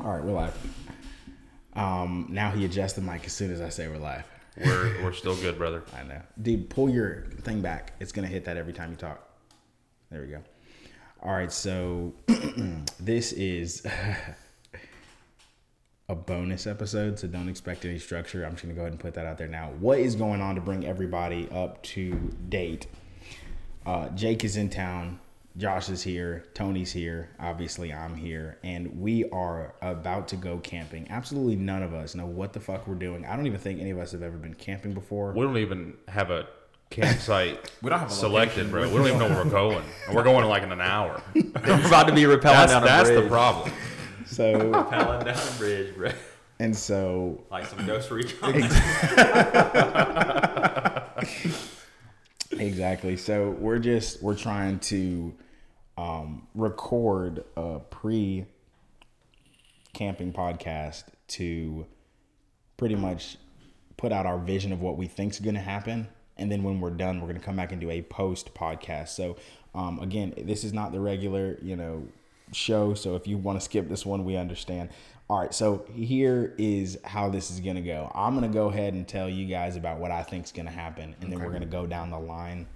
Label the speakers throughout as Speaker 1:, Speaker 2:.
Speaker 1: All right, we're live. Um, now he adjusts the mic as soon as I say we're live.
Speaker 2: We're we're still good, brother.
Speaker 1: I know, dude. Pull your thing back. It's gonna hit that every time you talk. There we go. All right, so this is a bonus episode, so don't expect any structure. I'm just gonna go ahead and put that out there now. What is going on to bring everybody up to date? Uh, Jake is in town. Josh is here. Tony's here. Obviously, I'm here. And we are about to go camping. Absolutely none of us know what the fuck we're doing. I don't even think any of us have ever been camping before.
Speaker 2: We don't even have a campsite
Speaker 3: We don't have a
Speaker 2: selected, bro. We don't even know where we're going. And we're going in like in an hour.
Speaker 3: We're about to be rappelling
Speaker 2: That's
Speaker 3: down a
Speaker 2: that's
Speaker 3: bridge.
Speaker 2: the problem.
Speaker 1: So,
Speaker 3: Rappelling down a bridge, bro.
Speaker 1: and so
Speaker 3: Like some Ghost Recon.
Speaker 1: Exactly. So we're just we're trying to um, record a pre camping podcast to pretty much put out our vision of what we think's going to happen, and then when we're done, we're going to come back and do a post podcast. So um, again, this is not the regular you know show. So if you want to skip this one, we understand. All right, so here is how this is going to go. I'm going to go ahead and tell you guys about what I think's going to happen, and then we're going to go down the line.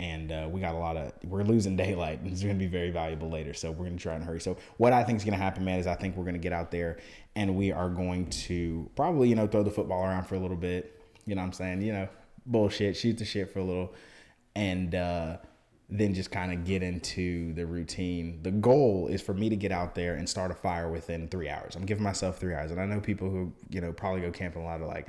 Speaker 1: And uh, we got a lot of we're losing daylight, and it's going to be very valuable later. So we're going to try and hurry. So what I think is going to happen, man, is I think we're going to get out there, and we are going to probably you know throw the football around for a little bit. You know what I'm saying? You know, bullshit, shoot the shit for a little, and uh, then just kind of get into the routine. The goal is for me to get out there and start a fire within three hours. I'm giving myself three hours, and I know people who you know probably go camping a lot of like,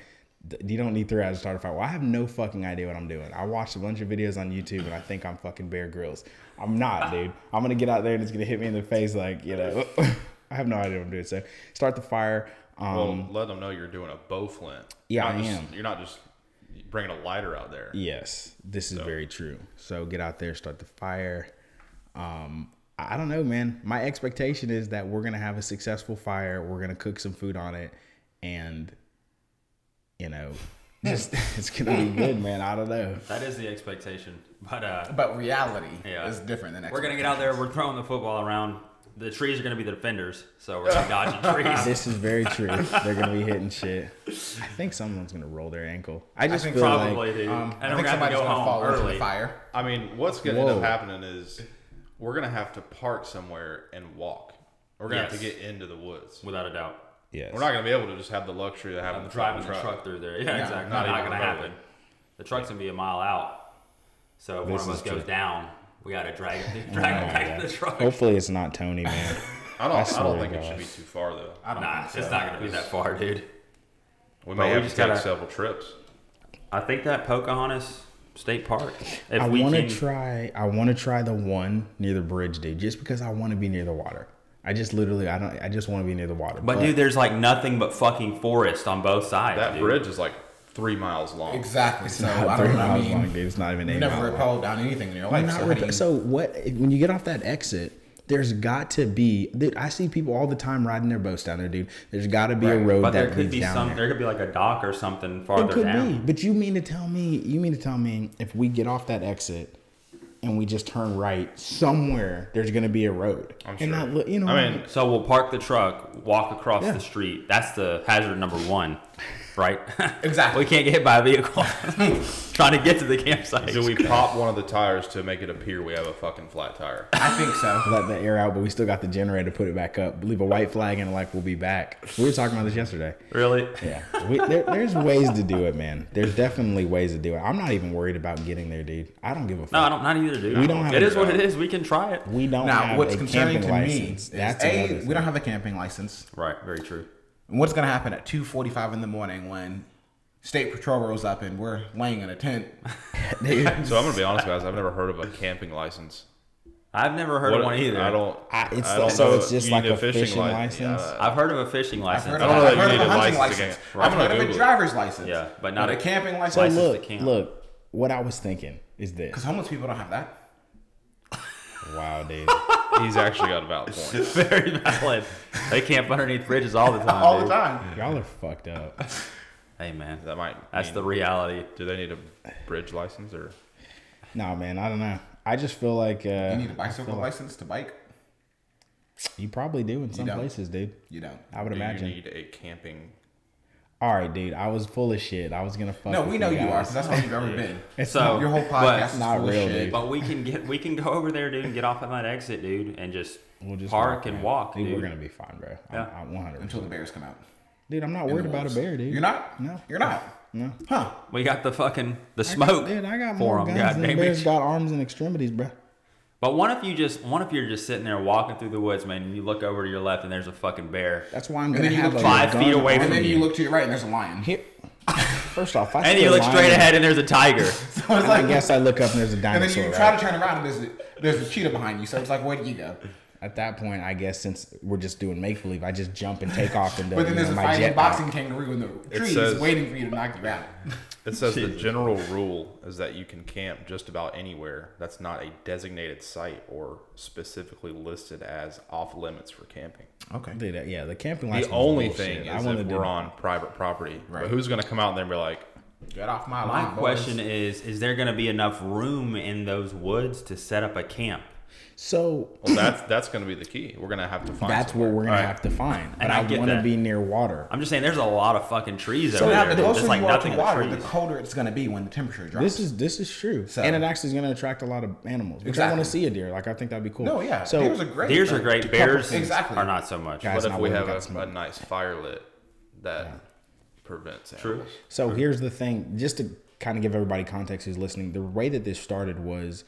Speaker 1: "D- you don't need three hours to start a fire. Well, I have no fucking idea what I'm doing. I watched a bunch of videos on YouTube, and I think I'm fucking Bear Grylls. I'm not, dude. I'm gonna get out there and it's gonna hit me in the face, like you know. I have no idea what I'm doing. So start the fire. Um,
Speaker 2: Well, let them know you're doing a bow flint.
Speaker 1: Yeah,
Speaker 2: Not
Speaker 1: I
Speaker 2: just-
Speaker 1: am.
Speaker 2: You're not just bringing a lighter out there.
Speaker 1: Yes, this is very true. So get out there, start the fire. Um, I I don't know, man. My expectation is that we're gonna have a successful fire. We're gonna cook some food on it, and you know, just it's gonna be good, man. I don't know.
Speaker 4: That is the expectation. But uh,
Speaker 3: but reality
Speaker 4: Yeah.
Speaker 3: is different than
Speaker 4: we're going to get out there. We're throwing the football around. The trees are going to be the defenders, so we're going to dodge the trees.
Speaker 1: This is very true. They're gonna be hitting shit. I think someone's gonna roll their ankle. I just
Speaker 3: think
Speaker 1: feel
Speaker 4: Probably,
Speaker 1: like
Speaker 4: dude.
Speaker 3: Um, I
Speaker 4: and we're
Speaker 3: think
Speaker 4: going to have to
Speaker 3: somebody's
Speaker 4: go
Speaker 3: gonna
Speaker 4: home
Speaker 3: fall into
Speaker 4: early.
Speaker 3: the fire.
Speaker 2: I mean, what's gonna end
Speaker 1: Whoa.
Speaker 2: up happening is we're gonna have to park somewhere and walk. We're gonna have to
Speaker 4: Yes.
Speaker 2: get into the woods.
Speaker 4: Without a doubt.
Speaker 1: yes.
Speaker 2: We're not gonna be able to just have the luxury of having
Speaker 4: I'm
Speaker 2: the
Speaker 4: driving
Speaker 2: fucking
Speaker 4: the truck through there. Yeah,
Speaker 3: No,
Speaker 4: exactly.
Speaker 2: not
Speaker 4: Not,
Speaker 2: even
Speaker 4: going to
Speaker 2: remotely.
Speaker 4: happen. The truck's going to be a mile out. So if one
Speaker 1: This
Speaker 4: of
Speaker 1: is
Speaker 4: us goes
Speaker 1: true.
Speaker 4: down, we got to drag it drag it back to the truck.
Speaker 1: Hopefully, it's not Tony, man.
Speaker 2: I don't. I,
Speaker 1: swear
Speaker 2: don't
Speaker 1: to
Speaker 2: think it
Speaker 1: God.
Speaker 2: should be too far though.
Speaker 3: I don't
Speaker 4: Nah,
Speaker 3: think so.
Speaker 4: it's not going to be that far, dude.
Speaker 2: We
Speaker 4: But
Speaker 2: may
Speaker 4: we
Speaker 2: have to
Speaker 4: just
Speaker 2: take
Speaker 4: gotta-
Speaker 2: several trips.
Speaker 4: I think that Pocahontas State Park, if
Speaker 1: I
Speaker 4: we
Speaker 1: want to
Speaker 4: can
Speaker 1: try. I want to try the one near the bridge, dude. Just because I want to be near the water. I just literally, I don't. I just want to be near the water.
Speaker 4: But dude, there's like nothing but fucking forest on both sides.
Speaker 2: That
Speaker 4: dude.
Speaker 2: bridge is like three miles long.
Speaker 3: Exactly. So I
Speaker 1: three
Speaker 3: don't know. I
Speaker 1: miles
Speaker 3: mean,
Speaker 1: long, dude. It's not even eight
Speaker 3: you've never
Speaker 1: miles long.
Speaker 3: rappelled down anything in your life.
Speaker 1: I'm not
Speaker 3: so how
Speaker 1: rep-
Speaker 3: do you-
Speaker 1: so what? When you get off that exit, there's got to be. Dude, I see people all the time riding their boats down there, dude. There's got to be a road
Speaker 4: But
Speaker 1: that
Speaker 4: there could
Speaker 1: leads
Speaker 4: be
Speaker 1: down
Speaker 4: some.
Speaker 1: there.
Speaker 4: There could be like a dock or something
Speaker 1: It
Speaker 4: farther
Speaker 1: could
Speaker 4: down.
Speaker 1: be. But you mean to tell me? You mean to tell me if we get off that exit? And we just turn right somewhere. There's gonna be a road,
Speaker 2: I'm
Speaker 1: and
Speaker 2: sure.
Speaker 1: not li- you know.
Speaker 2: I mean,
Speaker 4: So we'll park the truck, walk across
Speaker 1: Yeah.
Speaker 4: the street. That's the hazard number one, right?
Speaker 3: Exactly.
Speaker 4: we can't get hit by a vehicle trying to get to the campsite.
Speaker 2: do we pop one of the tires to make it appear we have a fucking flat tire?
Speaker 3: I think so.
Speaker 1: let the air out, but we still got the generator put it back up. Leave a white flag and like we'll be back. We were talking about this yesterday.
Speaker 4: Really?
Speaker 1: Yeah, we, there, there's ways to do it, man. There's definitely ways to do it. I'm not even worried about getting there, dude. I don't give a fuck.
Speaker 4: No, I don't. Not either, dude.
Speaker 1: We don't have
Speaker 4: It
Speaker 1: a
Speaker 4: is what it is. We can try it.
Speaker 1: we don't
Speaker 3: Now,
Speaker 1: have
Speaker 3: what's
Speaker 1: a
Speaker 3: concerning
Speaker 1: camping
Speaker 3: to
Speaker 1: license.
Speaker 3: me
Speaker 1: That's
Speaker 3: is
Speaker 1: another
Speaker 3: a we
Speaker 1: thing.
Speaker 3: don't have a camping license.
Speaker 4: Right. Very true.
Speaker 3: And what's gonna happen at 2:45 in the morning when state patrol rolls up and we're laying in a tent?
Speaker 1: Dude,
Speaker 2: So I'm gonna be honest, guys. I've never heard of a camping license.
Speaker 4: I've never heard of
Speaker 2: What-
Speaker 4: one either.
Speaker 2: I don't.
Speaker 1: I- it's
Speaker 2: I
Speaker 1: like-
Speaker 2: don't
Speaker 1: so
Speaker 2: know
Speaker 1: it's
Speaker 2: if
Speaker 1: just
Speaker 2: you
Speaker 1: like
Speaker 2: need
Speaker 1: a fishing license?
Speaker 2: Yeah,
Speaker 4: I've heard of a fishing license.
Speaker 2: don't know
Speaker 3: I've
Speaker 2: that you
Speaker 3: heard
Speaker 2: need
Speaker 3: of
Speaker 2: a
Speaker 3: hunting
Speaker 2: license to get-
Speaker 3: I've
Speaker 2: I'm gonna
Speaker 3: heard of a
Speaker 2: Google it.
Speaker 3: driver's license.
Speaker 4: Yeah, but not
Speaker 3: a
Speaker 4: a-
Speaker 3: camping license.
Speaker 1: so
Speaker 4: license to
Speaker 1: look,
Speaker 4: camp.
Speaker 1: look. What I was thinking is this.
Speaker 3: Because homeless people don't have that.
Speaker 1: Wow, dude.
Speaker 2: he's actually got a valid point.
Speaker 4: Very valid. They camp underneath bridges all the time.
Speaker 3: All the
Speaker 4: dude.
Speaker 3: time.
Speaker 1: Y'all are fucked up.
Speaker 4: Hey man,
Speaker 2: That might.
Speaker 4: that's
Speaker 2: mean-
Speaker 4: the reality.
Speaker 2: Do they need a bridge license or?
Speaker 1: No, man. I don't know. I just feel like uh,
Speaker 3: You need a bicycle license to bike.
Speaker 1: You probably do in some
Speaker 3: don't.
Speaker 1: places, dude.
Speaker 3: You don't.
Speaker 1: I would
Speaker 2: Do
Speaker 1: imagine.
Speaker 2: you need a camping?
Speaker 1: All right, dude. I was full of shit. I was gonna fuck.
Speaker 3: No,
Speaker 1: with
Speaker 3: we know you are
Speaker 1: guys.
Speaker 3: because that's all you've ever been.
Speaker 4: So
Speaker 3: Your whole
Speaker 4: but-
Speaker 3: podcast is
Speaker 1: Not
Speaker 3: full of
Speaker 1: real,
Speaker 3: shit.
Speaker 1: dude.
Speaker 4: But we can get we can go over there, dude, and get off at that exit, dude, and just,
Speaker 1: We'll just
Speaker 4: park and
Speaker 1: man.
Speaker 4: walk,
Speaker 1: Dude,
Speaker 4: dude.
Speaker 1: We're gonna be fine, bro.
Speaker 4: Yeah.
Speaker 1: I'm, I'm 100.
Speaker 3: until the bears come out.
Speaker 1: Dude, I'm not worried about a bear, dude.
Speaker 3: You're not.
Speaker 1: No.
Speaker 3: You're not.
Speaker 1: No.
Speaker 3: Huh?
Speaker 4: We got the fucking the smoke
Speaker 1: Dude, I got
Speaker 4: for
Speaker 1: more
Speaker 4: 'em,
Speaker 1: guns
Speaker 4: God
Speaker 1: than the
Speaker 4: damn
Speaker 1: bears
Speaker 4: it.
Speaker 1: got arms and extremities, bro.
Speaker 4: But what if you just what if you're just sitting there walking through the woods, man, and you look over to your left and there's a fucking bear.
Speaker 1: That's why I'm
Speaker 3: And
Speaker 1: gonna
Speaker 3: then you
Speaker 1: have
Speaker 3: look
Speaker 1: a
Speaker 4: five
Speaker 1: gun
Speaker 4: feet away
Speaker 1: on
Speaker 4: from
Speaker 3: And then
Speaker 1: me.
Speaker 3: you look to your right, and there's a lion.
Speaker 1: Here- First off, I
Speaker 4: And
Speaker 1: see
Speaker 4: you
Speaker 1: a
Speaker 4: look straight
Speaker 1: lion,
Speaker 4: ahead and there's a tiger.
Speaker 3: So it's
Speaker 1: I
Speaker 3: like,
Speaker 1: guess I look up and there's a
Speaker 3: and then
Speaker 1: dinosaur.
Speaker 3: you try
Speaker 1: right?
Speaker 3: to turn around, and there's a, there's a cheetah behind you. So it's like, where do you go?
Speaker 1: At that point, I guess since we're just doing make believe, I just jump and take off into
Speaker 3: But then
Speaker 1: you
Speaker 3: there's
Speaker 1: know,
Speaker 3: a
Speaker 1: my
Speaker 3: fighting
Speaker 1: jet.
Speaker 3: boxing kangaroo in the trees
Speaker 2: says-
Speaker 3: waiting for you to knock you out.
Speaker 2: It says the general rule is that you can camp just about anywhere that's not a designated site or specifically listed as off limits for camping.
Speaker 3: Okay.
Speaker 1: Dude, uh, yeah, the camping
Speaker 2: The
Speaker 1: license is
Speaker 2: only
Speaker 1: bullshit.
Speaker 2: thing
Speaker 1: I
Speaker 2: is
Speaker 1: wanna
Speaker 2: if
Speaker 1: do-
Speaker 2: we're on private property.
Speaker 3: Right.
Speaker 2: But who's going to come out there and be like,
Speaker 3: Get off my
Speaker 4: My
Speaker 3: line. boys.
Speaker 4: question is is there going to be enough room in those woods to set up a camp?
Speaker 1: So
Speaker 2: well, that's that's going to be the key. We're going to have to find.
Speaker 1: that's what
Speaker 2: somewhere.
Speaker 1: we're gonna
Speaker 2: All right.
Speaker 1: have to find. But
Speaker 4: I
Speaker 1: I,
Speaker 4: get
Speaker 1: want to
Speaker 4: that.
Speaker 1: be near water.
Speaker 4: I'm just saying there's a lot of fucking trees
Speaker 3: So
Speaker 4: over
Speaker 3: now,
Speaker 4: there.
Speaker 3: the
Speaker 4: dude.
Speaker 3: closer
Speaker 4: There's like
Speaker 3: you are
Speaker 4: nothing
Speaker 3: to
Speaker 4: but
Speaker 3: water, the
Speaker 4: trees.
Speaker 3: colder it's going to be when the temperature drops.
Speaker 1: This is this is true,
Speaker 3: So-
Speaker 1: and it actually is going to attract a lot of animals. Which I
Speaker 3: Exactly.
Speaker 1: want to see a deer. Like I think that'd be cool.
Speaker 3: no, yeah.
Speaker 1: So
Speaker 3: deers are great.
Speaker 4: Deers are
Speaker 3: but to
Speaker 4: great.
Speaker 3: cover-
Speaker 4: Bears
Speaker 3: exactly.
Speaker 4: are not so much.
Speaker 1: Guys,
Speaker 2: What if
Speaker 1: not
Speaker 2: we
Speaker 1: where we
Speaker 2: have
Speaker 1: got
Speaker 2: a,
Speaker 1: smoke.
Speaker 2: a nice fire lit that prevents animals?
Speaker 1: So here's the thing, just to kind of give everybody context who's listening, the way that this started was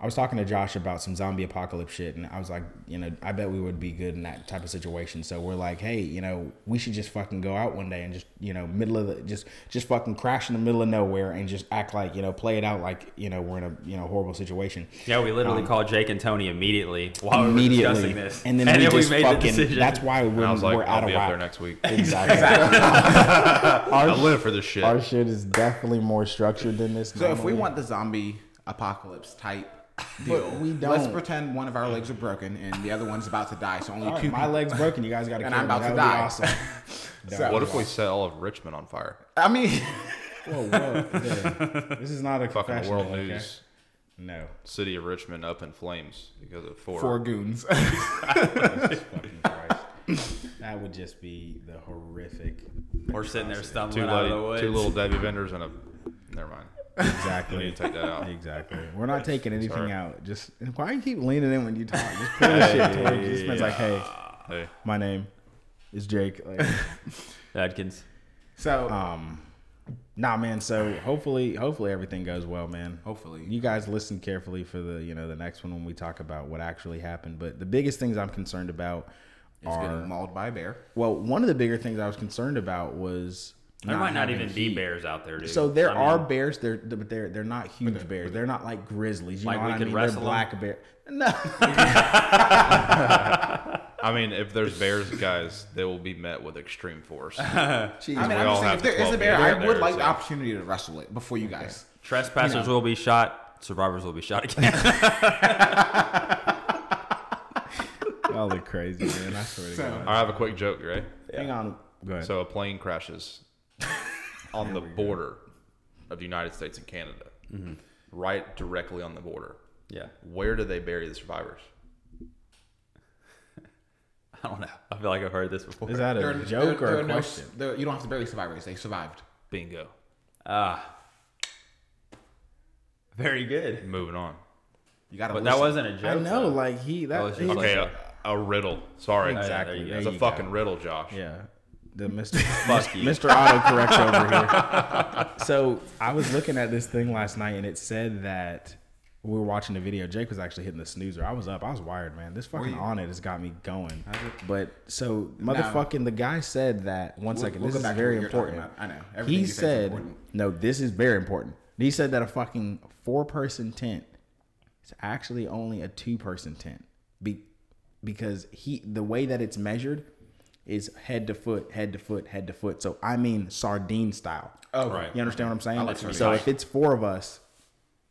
Speaker 1: I was talking to Josh about some zombie apocalypse shit, and I was like, you know, I bet we would be good in that type of situation. So we're like, hey, you know, we should just fucking go out one day and just, you know, middle of the just just fucking crash in the middle of nowhere and just act like, you know, play it out like, you know, we're in a you know horrible situation.
Speaker 4: Yeah, we literally called Jake and Tony immediately while we were
Speaker 1: um, Immediately,
Speaker 4: discussing this.
Speaker 1: and then we just fucking. that's why
Speaker 2: And
Speaker 1: we're,
Speaker 2: I was like,
Speaker 1: we're out
Speaker 2: I'll
Speaker 1: of
Speaker 2: be
Speaker 1: whack.
Speaker 2: up there next week.
Speaker 1: Exactly.
Speaker 2: I live for this shit.
Speaker 1: Our shit is definitely more structured than this.
Speaker 3: So if
Speaker 1: normally.
Speaker 3: we want the zombie apocalypse type deal,
Speaker 1: we
Speaker 3: let's
Speaker 1: don't.
Speaker 3: pretend one of our legs are broken and the other one's about to die. So only
Speaker 1: All right,
Speaker 3: two.
Speaker 1: my
Speaker 3: people.
Speaker 1: leg's broken, you guys got to.
Speaker 3: And I'm about to die.
Speaker 1: Awesome.
Speaker 3: So-
Speaker 2: What if we set all of Richmond on fire?
Speaker 3: I mean,
Speaker 1: Whoa, whoa! yeah. This is not a
Speaker 2: Fucking
Speaker 1: confessional,
Speaker 2: world
Speaker 1: okay?
Speaker 2: news.
Speaker 1: No.
Speaker 2: City of Richmond up in flames because of four.
Speaker 3: four goons.
Speaker 1: Fucking Christ. That would just be the horrific.
Speaker 4: We're sitting there
Speaker 2: two,
Speaker 4: stumbling out of the
Speaker 2: little,
Speaker 4: woods.
Speaker 2: two little Debbie vendors and a. Never mind. We
Speaker 1: Exactly.
Speaker 2: need to take that out.
Speaker 1: Exactly. We're not taking anything
Speaker 2: Sorry.
Speaker 1: out. Just why you keep leaning in when you talk? Just put the shit towards. This man's like, hey,
Speaker 2: Hey,
Speaker 1: my name is Jake. Like,
Speaker 4: Adkins.
Speaker 3: so
Speaker 1: um, nah, man. So hopefully, hopefully everything goes well, man.
Speaker 3: hopefully,
Speaker 1: You guys listen carefully for the you know the next one when we talk about what actually happened. But the biggest things I'm concerned about
Speaker 3: it's
Speaker 1: are
Speaker 3: getting mauled by a bear.
Speaker 1: well, one of the bigger things I was concerned about was
Speaker 4: There might not
Speaker 1: having
Speaker 4: even be bears out there, dude.
Speaker 1: So there
Speaker 4: I mean,
Speaker 1: are bears, they're but they're they're not huge bears. They're not like grizzlies. You
Speaker 4: Like
Speaker 1: know
Speaker 4: we
Speaker 1: what I
Speaker 4: could
Speaker 1: mean?
Speaker 4: wrestle
Speaker 1: They're
Speaker 4: 'em?
Speaker 1: black bear. No,
Speaker 2: I mean, if there's bears, guys, they will be met with extreme force.
Speaker 3: I mean,
Speaker 2: we
Speaker 3: I'm
Speaker 2: all
Speaker 3: just saying,
Speaker 2: have
Speaker 3: if there
Speaker 2: the
Speaker 3: is a
Speaker 2: 12
Speaker 3: bear,
Speaker 2: bears
Speaker 3: I would
Speaker 2: there,
Speaker 3: like the
Speaker 2: so-
Speaker 3: opportunity to wrestle it before you guys.
Speaker 4: trespassers will be shot. Survivors will be shot again.
Speaker 1: y'all look crazy, man. I swear to
Speaker 3: So-
Speaker 1: God.
Speaker 2: I have a quick joke, right?
Speaker 1: Hang on, go ahead.
Speaker 2: So a plane crashes on the border of the United States and Canada, right directly on the border.
Speaker 4: yeah.
Speaker 2: Where do they bury the survivors?
Speaker 4: I don't know. I feel like I've heard this before.
Speaker 1: is that a
Speaker 3: There-
Speaker 1: joke
Speaker 3: there-
Speaker 1: or
Speaker 3: there
Speaker 1: a
Speaker 3: are no-
Speaker 1: question?
Speaker 3: there- you don't have to bury survivors; they survived.
Speaker 2: Bingo.
Speaker 4: Ah. Very good.
Speaker 2: Moving on.
Speaker 3: You got to.
Speaker 4: But that wasn't a joke.
Speaker 1: I know,
Speaker 4: though.
Speaker 1: like he
Speaker 4: That
Speaker 1: that.
Speaker 4: was just
Speaker 1: he-
Speaker 4: like-
Speaker 2: Okay, a, a riddle. Sorry.
Speaker 1: Exactly.
Speaker 4: Yeah, there you go.
Speaker 2: It's
Speaker 1: There
Speaker 2: a
Speaker 1: you
Speaker 2: fucking
Speaker 1: go.
Speaker 2: riddle, Josh.
Speaker 1: Yeah. The Mr.
Speaker 4: Fuck you.
Speaker 1: Mr. Auto corrects over here. So I was looking at this thing last night and it said that we were watching the video. Jake was actually hitting the snoozer. I was up. I was wired, man. This fucking on it has got me going. But so motherfucking the guy said that one
Speaker 3: We'll-
Speaker 1: second.
Speaker 3: we'll
Speaker 1: this
Speaker 3: go
Speaker 1: is
Speaker 3: back to
Speaker 1: very
Speaker 3: what you're talking
Speaker 1: important.
Speaker 3: about. I know. Everything
Speaker 1: He
Speaker 3: you said is
Speaker 1: said
Speaker 3: important.
Speaker 1: no, this is very important. He said that a fucking four person tent is actually only a two person tent. Be- because he the way that it's measured is head to foot, head to foot, head to foot. So I mean sardine style.
Speaker 3: Oh,
Speaker 2: Right.
Speaker 1: You understand what I'm saying?
Speaker 3: like
Speaker 1: so
Speaker 3: sardine.
Speaker 1: if it's four of us,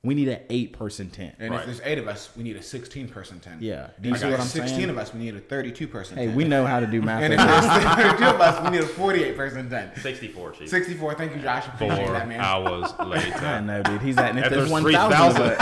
Speaker 1: we need an eight person tent.
Speaker 3: And
Speaker 2: Right.
Speaker 3: if there's eight of us, we need a 16 person tent.
Speaker 1: Yeah. Do you
Speaker 3: If
Speaker 1: see what I'm
Speaker 3: there's 16
Speaker 1: saying?
Speaker 3: of us, we need a 32 person
Speaker 1: Hey,
Speaker 3: tent.
Speaker 1: we know how to do math.
Speaker 3: and
Speaker 1: over
Speaker 3: if
Speaker 1: here.
Speaker 3: there's 32 of us, we need a 48 person tent.
Speaker 4: 64, Chief.
Speaker 3: 64. Thank you, Josh.
Speaker 2: Four
Speaker 3: Appreciate that, man.
Speaker 2: hours
Speaker 1: I
Speaker 2: later.
Speaker 1: know, dude. He's at. And if,
Speaker 2: If
Speaker 1: there's
Speaker 2: there's
Speaker 1: one thousand,
Speaker 2: 3,000,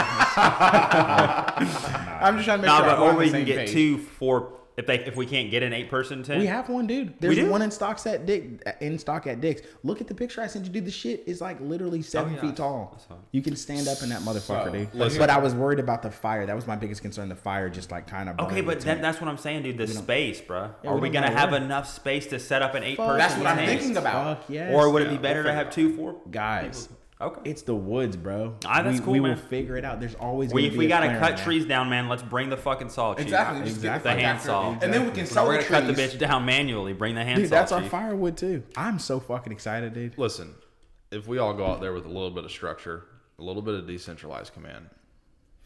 Speaker 3: I'm just trying to make
Speaker 4: Nah,
Speaker 3: sure
Speaker 4: but
Speaker 3: we're
Speaker 4: or
Speaker 3: on the
Speaker 4: we
Speaker 3: same
Speaker 4: can get
Speaker 3: page.
Speaker 4: two four. If they if we can't get an eight person tent,
Speaker 1: We have one, dude. There's
Speaker 4: do?
Speaker 1: one in stocks at Dick in stock at Dick's. Look at the picture I sent you, dude. The shit is like literally seven
Speaker 4: Oh, yeah, I
Speaker 1: feet
Speaker 4: saw-
Speaker 1: tall.
Speaker 4: I saw it.
Speaker 1: You can stand up in that motherfucker,
Speaker 3: So,
Speaker 1: dude.
Speaker 2: listen.
Speaker 1: But I was worried about the fire. That was my biggest concern. The fire just like kind of
Speaker 4: Okay, but that, that's what I'm saying, dude. The space, bruh.
Speaker 1: Yeah,
Speaker 4: Are
Speaker 1: we
Speaker 4: we
Speaker 1: don't
Speaker 4: gonna
Speaker 1: know
Speaker 4: have
Speaker 1: where.
Speaker 4: enough space to set up an eight person?
Speaker 3: That's what I'm
Speaker 4: tent?
Speaker 3: thinking about.
Speaker 1: Fuck yes.
Speaker 4: Or would it
Speaker 2: Yeah,
Speaker 4: be better to
Speaker 2: we'll
Speaker 4: have two, four?
Speaker 1: guys?
Speaker 4: Okay.
Speaker 1: It's the woods, bro.
Speaker 4: Ah, that's
Speaker 1: we,
Speaker 4: cool,
Speaker 1: We
Speaker 4: man.
Speaker 1: will figure it out. There's always
Speaker 4: We,
Speaker 1: gonna
Speaker 4: if
Speaker 1: be
Speaker 4: we
Speaker 1: a
Speaker 4: gotta
Speaker 1: plan,
Speaker 4: cut
Speaker 1: man.
Speaker 4: trees down, man, let's bring the fucking saw chief.
Speaker 3: Exactly. just get
Speaker 1: Exactly.
Speaker 3: fuck
Speaker 4: The hand
Speaker 3: out
Speaker 4: saw.
Speaker 3: there. And then we can
Speaker 4: We're
Speaker 3: sell
Speaker 4: gonna
Speaker 3: the
Speaker 4: cut the
Speaker 3: trees.
Speaker 4: bitch down manually. Bring the hand
Speaker 1: Dude,
Speaker 4: saw
Speaker 1: that's our
Speaker 4: chief.
Speaker 1: firewood too. I'm so fucking excited, dude.
Speaker 2: Listen, if we all go out there with a little bit of structure, a little bit of decentralized command,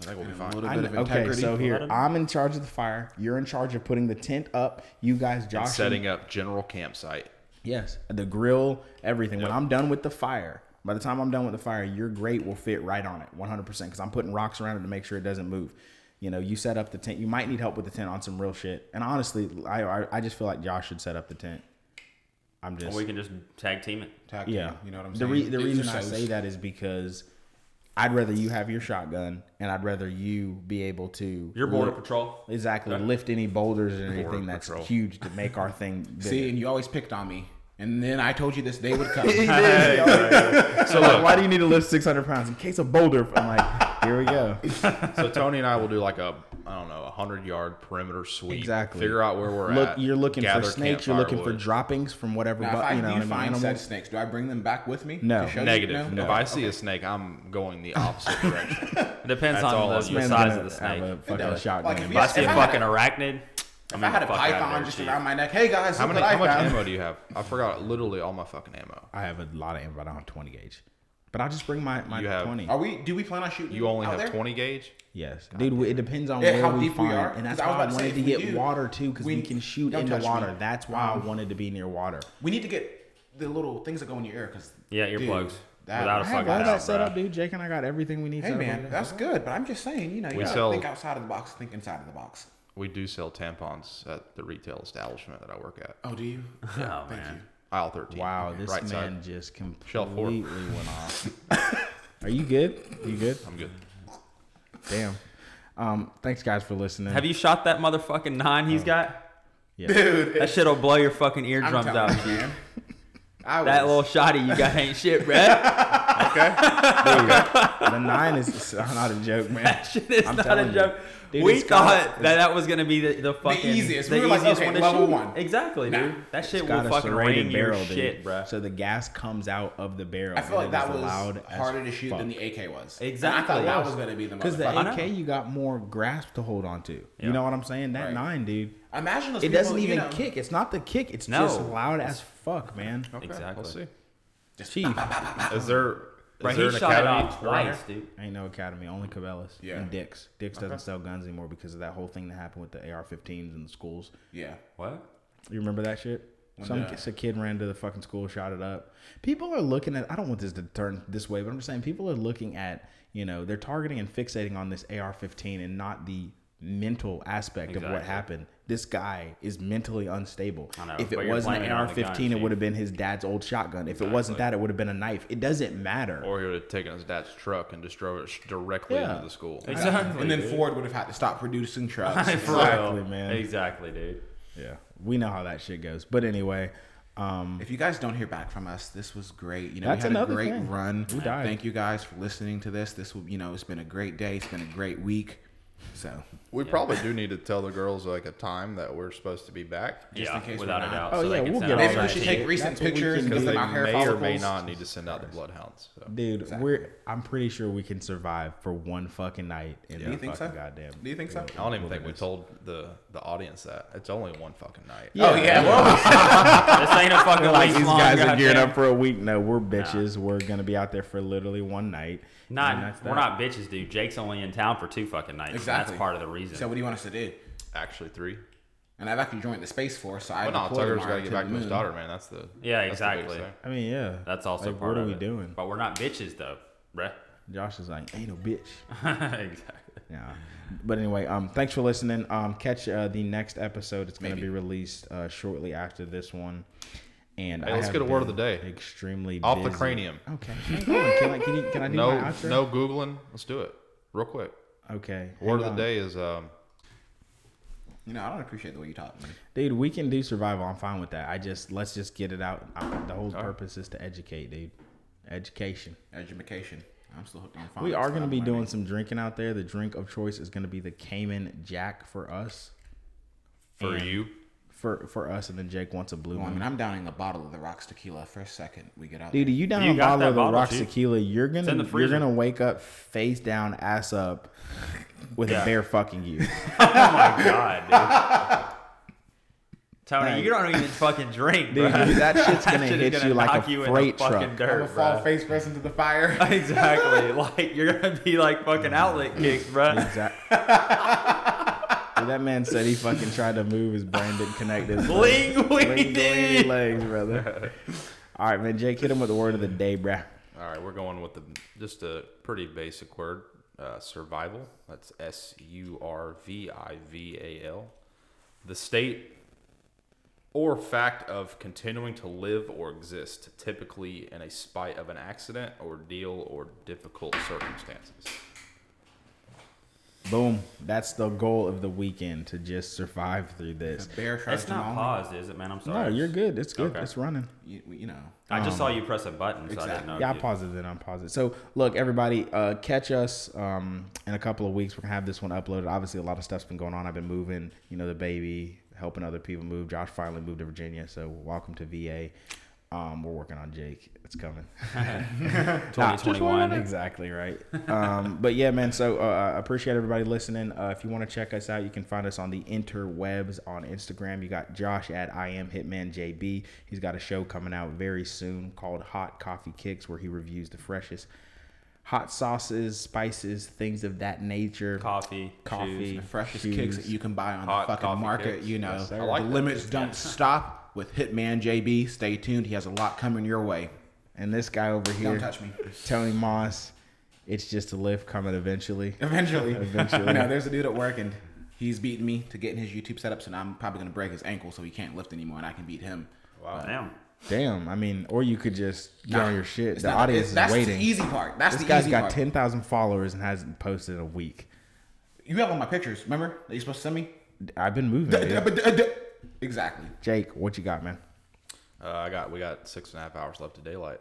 Speaker 2: I think we'll be
Speaker 3: A
Speaker 2: fine.
Speaker 3: little
Speaker 1: I
Speaker 3: bit
Speaker 1: know-
Speaker 3: of
Speaker 1: okay,
Speaker 3: integrity.
Speaker 1: so
Speaker 4: Let
Speaker 1: here
Speaker 4: 'em-
Speaker 1: I'm in charge of the fire. You're in charge of putting the tent up. You guys, Josh, and-
Speaker 2: Setting up general campsite.
Speaker 1: Yes, the grill, everything. When I'm done with the fire, by the time I'm done with the fire, your grate will fit right on it, 100%. Because I'm putting rocks around it to make sure it doesn't move. You know, you set up the tent. You might need help with the tent on some real shit. And honestly, I I, I just feel like Josh should set up the tent. I'm just
Speaker 4: Or we can just tag team it.
Speaker 3: Tag team,
Speaker 1: yeah.
Speaker 3: you know what I'm
Speaker 1: the
Speaker 3: saying.
Speaker 1: Re- the
Speaker 3: Do
Speaker 1: reason I
Speaker 3: yourselves.
Speaker 1: say that is because I'd rather you have your shotgun, and I'd rather you be able to
Speaker 4: Your border
Speaker 1: lift-
Speaker 4: patrol.
Speaker 1: Exactly, lift any boulders or anything that's
Speaker 2: patrol.
Speaker 1: huge to make our thing. Bigger.
Speaker 3: See, and you always picked on me, and then I told you this day would come.
Speaker 1: So like, why do you need to lift 600 pounds in case of boulder? I'm like, here we go.
Speaker 2: So Tony and I will do like a I don't know a hundred yard perimeter sweep.
Speaker 1: Exactly.
Speaker 2: Figure out where we're
Speaker 1: Look,
Speaker 2: at.
Speaker 1: you're looking for
Speaker 2: gather
Speaker 1: snakes. You're
Speaker 2: campfire
Speaker 1: looking for
Speaker 2: wood.
Speaker 1: droppings from whatever.
Speaker 3: Now,
Speaker 1: bu-
Speaker 3: if I
Speaker 1: you know,
Speaker 3: do
Speaker 1: what I mean,
Speaker 3: find said
Speaker 1: animals.
Speaker 3: snakes, do I bring them back with me?
Speaker 1: No.
Speaker 3: to show you?
Speaker 2: Negative.
Speaker 3: No?
Speaker 2: If I see a snake, I'm going the opposite direction.
Speaker 4: It depends
Speaker 2: That's all
Speaker 4: on the,
Speaker 2: this
Speaker 4: the
Speaker 1: Man's
Speaker 4: size
Speaker 1: gonna
Speaker 4: of the
Speaker 1: have
Speaker 4: snake.
Speaker 1: a
Speaker 4: If
Speaker 1: fucking
Speaker 3: does.
Speaker 1: shotgun.
Speaker 3: Like, if
Speaker 1: in
Speaker 3: you-
Speaker 1: my-
Speaker 4: I see
Speaker 3: if
Speaker 4: a
Speaker 3: I had
Speaker 4: fucking
Speaker 3: a-
Speaker 4: arachnid,
Speaker 3: If I had a python just around my neck, hey guys,
Speaker 2: How
Speaker 3: look
Speaker 2: many?
Speaker 3: what I
Speaker 2: How much
Speaker 3: found."
Speaker 2: ammo do you have? I forgot literally all my fucking ammo.
Speaker 1: I have a lot of ammo. but I don't have 20 gauge, but I'll just bring my my
Speaker 2: You have-
Speaker 1: 20.
Speaker 3: Are we? Do we plan on shooting?
Speaker 2: You only
Speaker 3: out
Speaker 2: have
Speaker 3: there?
Speaker 2: 20 gauge.
Speaker 1: Yes, dude. we- It depends on
Speaker 3: Yeah,
Speaker 1: where
Speaker 3: how
Speaker 1: we
Speaker 3: deep we
Speaker 1: find,
Speaker 3: are,
Speaker 1: and that's
Speaker 3: 'cause I
Speaker 1: why
Speaker 3: was
Speaker 1: I
Speaker 3: about to say,
Speaker 1: wanted to
Speaker 3: if we
Speaker 1: get
Speaker 3: do,
Speaker 1: water too, because we,
Speaker 3: we-
Speaker 1: can shoot
Speaker 3: don't
Speaker 1: in the
Speaker 3: touch me. Oh.
Speaker 1: water. That's why I wanted to be near water.
Speaker 3: We need to get the little things that go in your ear because
Speaker 4: Yeah, earplugs.
Speaker 3: That,
Speaker 4: Without a
Speaker 1: I
Speaker 4: fucking
Speaker 1: have all that
Speaker 4: doubt,
Speaker 1: set
Speaker 4: bruh.
Speaker 1: up, dude. Jake and I got everything we need.
Speaker 3: hey
Speaker 1: set up
Speaker 3: man,
Speaker 1: over there.
Speaker 3: that's good. But I'm just saying, you know, you
Speaker 2: We
Speaker 3: gotta
Speaker 2: sell-
Speaker 3: think outside of the box, think inside of the box.
Speaker 2: We do sell tampons at the retail establishment that I work at.
Speaker 3: Oh, do you?
Speaker 4: Oh
Speaker 3: Thank
Speaker 4: man.
Speaker 2: Aisle 13.
Speaker 1: Wow,
Speaker 2: Okay,
Speaker 1: this
Speaker 2: right
Speaker 1: man
Speaker 2: Side.
Speaker 1: just
Speaker 2: Shelf four.
Speaker 1: completely went off. Are you good? You good?
Speaker 2: I'm good.
Speaker 1: Damn. Um, thanks guys for listening.
Speaker 4: Have you shot that motherfucking nine he's got?
Speaker 1: Yeah.
Speaker 3: Dude,
Speaker 4: That shit'll blow your fucking
Speaker 3: I'm
Speaker 4: eardrums out.
Speaker 3: telling you, man. I was,
Speaker 4: That little shotty you got ain't shit, bruh.
Speaker 1: the nine is it's not a joke, man.
Speaker 4: That shit is
Speaker 1: I'm
Speaker 4: not
Speaker 1: telling
Speaker 4: a
Speaker 1: you.
Speaker 4: joke.
Speaker 1: Dude,
Speaker 4: we
Speaker 1: it's got-
Speaker 4: thought that that was gonna be the, the fucking
Speaker 3: easiest.
Speaker 4: the
Speaker 3: We were like,
Speaker 4: easiest
Speaker 3: okay,
Speaker 4: one to
Speaker 3: level
Speaker 4: shoot.
Speaker 3: one.
Speaker 4: Exactly,
Speaker 3: Nah.
Speaker 4: dude. That shit
Speaker 1: It's
Speaker 4: will
Speaker 1: got a
Speaker 4: fucking
Speaker 1: serrated
Speaker 4: ring your
Speaker 1: barrel, dude.
Speaker 4: shit, bruh.
Speaker 1: So the gas comes out of the barrel.
Speaker 3: I feel like
Speaker 1: and it
Speaker 3: that
Speaker 1: is
Speaker 3: was
Speaker 1: loud as
Speaker 3: harder to shoot
Speaker 1: fuck.
Speaker 3: than the AK was. And I
Speaker 4: Exactly.
Speaker 3: thought that was gonna be the
Speaker 1: Because the
Speaker 3: motherfucker.
Speaker 1: AK, you got more grasp to hold on to.
Speaker 4: Yeah.
Speaker 1: You know what I'm saying? That
Speaker 3: Right.
Speaker 1: nine, dude.
Speaker 3: Imagine those
Speaker 1: It
Speaker 3: people,
Speaker 1: doesn't
Speaker 3: you
Speaker 1: even
Speaker 3: know,
Speaker 1: kick. It's not the kick. It's
Speaker 4: No.
Speaker 1: just loud as fuck, man.
Speaker 2: Okay,
Speaker 4: Exactly.
Speaker 2: We'll see.
Speaker 1: Chief,
Speaker 2: Is there? Is
Speaker 4: Right,
Speaker 2: there
Speaker 4: he
Speaker 2: an
Speaker 4: shot it
Speaker 2: academy?
Speaker 4: off
Speaker 2: around
Speaker 4: twice,
Speaker 2: here?
Speaker 4: dude.
Speaker 1: ain't no academy. Only Cabela's
Speaker 3: Yeah.
Speaker 1: and Dick's. Dick's doesn't sell guns anymore because of that whole thing that happened with the AR-15s in the schools.
Speaker 3: Yeah.
Speaker 4: What?
Speaker 1: You remember that shit? Some
Speaker 3: the-
Speaker 1: ki- a kid ran to the fucking school, shot it up. People are looking at. I don't want this to turn this way, but I'm just saying people are looking at. You know, they're targeting and fixating on this AR-15 and not the mental aspect of what
Speaker 4: Exactly.
Speaker 1: happened. This guy is mentally unstable.
Speaker 4: I know,
Speaker 1: if
Speaker 4: but
Speaker 1: it
Speaker 4: you're
Speaker 1: wasn't an
Speaker 4: blaming it on the gun,
Speaker 1: AR-15, it
Speaker 4: Chief.
Speaker 1: would have been his dad's old shotgun. If it wasn't that, it would have been a knife. It doesn't matter.
Speaker 2: Or he would have taken his dad's truck and just drove it sh- directly
Speaker 1: Yeah.
Speaker 2: into the school.
Speaker 4: Exactly.
Speaker 3: And then
Speaker 4: dude.
Speaker 3: Ford would have had to stop producing trucks.
Speaker 4: For real.
Speaker 1: Exactly, man.
Speaker 4: Exactly, dude.
Speaker 1: yeah, we know how that shit goes. But anyway, um,
Speaker 3: If you guys don't hear back from us, this was great. You know,
Speaker 1: That's
Speaker 3: we had a
Speaker 1: another
Speaker 3: great
Speaker 1: thing.
Speaker 3: run.
Speaker 1: We died.
Speaker 3: Thank you guys for listening to this. This will, you know, it's been a great day. It's been a great week. So,
Speaker 2: We probably do need to tell the girls like a time that we're supposed to be back.
Speaker 4: yeah,
Speaker 3: in case we're
Speaker 4: without a
Speaker 3: not-
Speaker 4: doubt.
Speaker 1: Oh,
Speaker 4: so they
Speaker 1: yeah,
Speaker 4: can
Speaker 1: we'll
Speaker 4: send
Speaker 1: get
Speaker 4: all
Speaker 1: all
Speaker 3: maybe we
Speaker 1: that
Speaker 4: that
Speaker 3: should
Speaker 1: shit.
Speaker 4: shit.
Speaker 3: take recent
Speaker 1: That's what we
Speaker 3: pictures
Speaker 1: can
Speaker 3: because
Speaker 1: do.
Speaker 3: of
Speaker 2: They
Speaker 3: our hair
Speaker 2: may or may
Speaker 3: follicles.
Speaker 2: not need to send out the bloodhounds. So.
Speaker 1: Dude, we're I'm pretty sure we can survive for one fucking night in
Speaker 3: Do
Speaker 1: that
Speaker 3: you think so?
Speaker 1: fucking goddamn.
Speaker 3: Do you think so?
Speaker 2: I don't even think we told the, the audience that. It's only one fucking night.
Speaker 3: Oh yeah. Well,
Speaker 4: This ain't a fucking
Speaker 1: Like
Speaker 4: week
Speaker 1: these
Speaker 4: long,
Speaker 1: guys are gearing
Speaker 4: goddamn-
Speaker 1: up for a week. No, we're bitches. We're gonna be out there for literally one night. And that's
Speaker 4: Not, we're
Speaker 1: that.
Speaker 4: not bitches, dude. Jake's only in town for two fucking nights. and
Speaker 3: exactly.
Speaker 4: That's part of the reason.
Speaker 3: So, what do you want us to do?
Speaker 2: Actually, three.
Speaker 3: And I've actually joined the space force, so I
Speaker 2: But no,
Speaker 3: deploy
Speaker 2: Tucker's got
Speaker 3: tomorrow
Speaker 2: to get back
Speaker 3: the
Speaker 2: to his
Speaker 3: moon.
Speaker 2: daughter, man. That's the
Speaker 4: Yeah,
Speaker 2: that's the biggest
Speaker 4: exactly.
Speaker 2: thing.
Speaker 1: I mean, yeah.
Speaker 4: That's also
Speaker 1: Like,
Speaker 4: part
Speaker 1: What are
Speaker 4: of
Speaker 1: we
Speaker 4: it.
Speaker 1: doing?
Speaker 4: But we're not bitches, though, bruh.
Speaker 1: Josh is like, ain't no bitch.
Speaker 4: exactly.
Speaker 1: Yeah. But anyway, um, thanks for listening. Um, catch uh, the next episode. It's gonna be released uh, shortly after this one. And
Speaker 2: Hey,
Speaker 1: I
Speaker 2: let's
Speaker 1: have
Speaker 2: get a word of
Speaker 1: been
Speaker 2: the day.
Speaker 1: Extremely
Speaker 2: Off the
Speaker 1: busy.
Speaker 2: cranium.
Speaker 1: Okay. Hang on. Can I, can, you, can I do
Speaker 2: No,
Speaker 1: my outro?
Speaker 2: no googling. Let's do it real quick.
Speaker 1: Okay.
Speaker 2: Word
Speaker 1: hang
Speaker 2: of
Speaker 1: on.
Speaker 2: the day is um,
Speaker 3: You know, I don't appreciate the way you talk to me.
Speaker 1: Dude, we can do survival. I'm fine with that. I just let's just get it out. I, the whole purpose is to educate, dude. Education.
Speaker 3: Education. I'm still hooked on phonics.
Speaker 1: We are
Speaker 3: but
Speaker 1: going to
Speaker 3: I'm
Speaker 1: be
Speaker 3: learning.
Speaker 1: doing some drinking out there. The drink of choice is going to be the Cayman Jack for us.
Speaker 2: For
Speaker 1: And-
Speaker 2: you,
Speaker 1: For for us, and then Jake wants a blue
Speaker 3: Well, I
Speaker 1: one.
Speaker 3: mean, I'm downing a bottle of the Rocks tequila for a second. We get out.
Speaker 1: Dude, you down
Speaker 4: You
Speaker 1: a
Speaker 4: got
Speaker 1: bottle
Speaker 4: that
Speaker 1: of the
Speaker 4: bottle,
Speaker 1: rocks
Speaker 4: Chief.
Speaker 1: tequila, you're gonna
Speaker 4: in the
Speaker 1: you're
Speaker 4: freezer.
Speaker 1: gonna wake up face down, ass up, with a bear fucking you.
Speaker 4: Oh my god, dude. Tony, you don't even fucking drink,
Speaker 1: Dude,
Speaker 4: bro.
Speaker 1: that shit's gonna
Speaker 4: That shit
Speaker 1: hit
Speaker 4: is gonna
Speaker 1: you like
Speaker 4: knock
Speaker 1: a
Speaker 4: you in the
Speaker 1: freight truck.
Speaker 4: fucking
Speaker 3: I'm
Speaker 4: dirt,
Speaker 3: a fall
Speaker 4: bruh.
Speaker 3: face first into the fire.
Speaker 4: Exactly. Like you're gonna be like fucking outlet kicks, bro.
Speaker 1: Exactly. that man said he fucking tried to move his brain didn't connect his
Speaker 4: Bling,
Speaker 1: Bling,
Speaker 4: wing,
Speaker 1: blingy
Speaker 4: ding.
Speaker 1: legs, brother. All right, man. Jake, hit him with the word of the day, bruh.
Speaker 2: all right, we're going with the just a pretty basic word, uh, survival. That's S U R V I V A L. The state or fact of continuing to live or exist, typically in a spite of an accident, ordeal, or difficult circumstances.
Speaker 1: Boom. That's the goal of the weekend to just survive through this.
Speaker 3: Bear tries
Speaker 4: It's
Speaker 3: to
Speaker 4: not
Speaker 3: maul
Speaker 4: paused, is it, man? I'm
Speaker 1: No,
Speaker 4: sorry.
Speaker 1: you're good. Um, It's good.
Speaker 2: Okay.
Speaker 1: It's running.
Speaker 3: me. You, you know,
Speaker 4: I just saw you press a button, so I didn't know.
Speaker 1: Yeah, I'll
Speaker 4: if
Speaker 1: pause it then. I'll pause it. So, look, everybody, uh, catch us um, in a couple of weeks. We're going to have this one uploaded. Obviously, a lot of stuff's been going on. I've been moving, you know, the baby, helping other people move. Josh finally moved to Virginia. So, welcome to VA. Um, we're working on Jake. It's coming.
Speaker 4: you-
Speaker 1: Nah,
Speaker 4: 2021.
Speaker 1: Exactly right. um, but yeah, man. So uh, I appreciate everybody listening. Uh, if you want to check us out, you can find us on the interwebs on Instagram. You got Josh at I am Hitman JB. He's got a show coming out very soon called Hot Coffee Kicks, where he reviews the freshest hot sauces, spices, things of that nature.
Speaker 4: coffee,
Speaker 1: Coffee.
Speaker 4: shoes.
Speaker 3: the freshest
Speaker 1: Shoes.
Speaker 3: kicks that you can buy on
Speaker 2: Hot
Speaker 3: the fucking
Speaker 2: coffee
Speaker 3: market.
Speaker 2: kicks.
Speaker 3: You know,
Speaker 1: Yes, sir.
Speaker 3: the
Speaker 2: I like that.
Speaker 3: limits don't stop with Hitman JB. Stay tuned. He has a lot coming your way.
Speaker 1: And this guy over here,
Speaker 3: Don't touch me.
Speaker 1: Tony Moss. It's just a lift coming eventually.
Speaker 3: Eventually.
Speaker 1: Eventually.
Speaker 3: you know, there's a dude at work and he's beating me to getting his YouTube set up, so now I'm probably gonna break his ankle so he can't lift anymore, and I can beat him.
Speaker 2: Wow.
Speaker 4: Damn.
Speaker 1: Damn. I mean, or you could just get
Speaker 3: Nah,
Speaker 1: on your shit.
Speaker 3: It's
Speaker 1: The
Speaker 3: not-
Speaker 1: audience
Speaker 3: it's-
Speaker 1: is
Speaker 3: that's
Speaker 1: waiting.
Speaker 3: the easy part. That's
Speaker 1: This
Speaker 3: the
Speaker 1: guy's
Speaker 3: easy
Speaker 1: got
Speaker 3: part.
Speaker 1: ten thousand followers and hasn't posted in a week.
Speaker 3: You have all my pictures. Remember that you supposed to send me?
Speaker 1: I've been moving.
Speaker 3: D-
Speaker 1: dude.
Speaker 3: d- d- d- Exactly.
Speaker 1: Jake, what you got, man?
Speaker 2: Uh, I got we got six and a half hours left of daylight.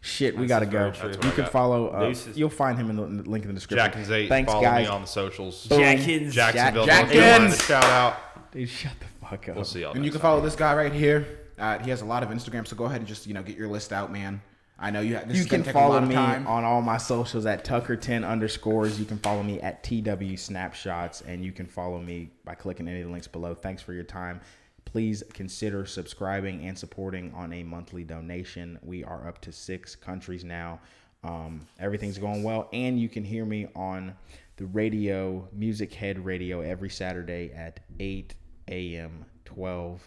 Speaker 1: Shit, we gotta go.
Speaker 2: very true. That's what
Speaker 1: You
Speaker 2: I
Speaker 1: can
Speaker 2: got.
Speaker 1: follow. Uh,
Speaker 4: Deuces.
Speaker 1: you'll find him in the, in the link in the description.
Speaker 2: Jack and Zay,
Speaker 1: Thanks,
Speaker 2: follow
Speaker 1: guys.
Speaker 2: me on the socials.
Speaker 1: Boom.
Speaker 4: Jackson's.
Speaker 2: Jacksonville,
Speaker 3: Jack-
Speaker 2: North Carolina,
Speaker 3: Jackins.
Speaker 2: shout out.
Speaker 1: Dude, shut the fuck up.
Speaker 2: We'll see y'all.
Speaker 3: And you
Speaker 2: next
Speaker 3: can
Speaker 2: time.
Speaker 3: follow this guy right here. Uh, he has a lot of Instagram, so go ahead and just you know get your list out, man. I know you. Ha- this
Speaker 1: You
Speaker 3: is gonna
Speaker 1: can
Speaker 3: take
Speaker 1: follow
Speaker 3: a lot
Speaker 1: me
Speaker 3: of time.
Speaker 1: on all my socials at Tucker10 underscores. You can follow me at TW Snapshots, and you can follow me by clicking any of the links below. Thanks for your time. Please consider subscribing and supporting on a monthly donation. We are up to six countries now. Um, everything's going well, and you can hear me on the radio, Music Head Radio, every Saturday at 8 a.m., 12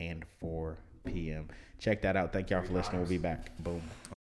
Speaker 1: and 4 p.m. Check that out. Thank y'all for listening. We'll be back. Boom.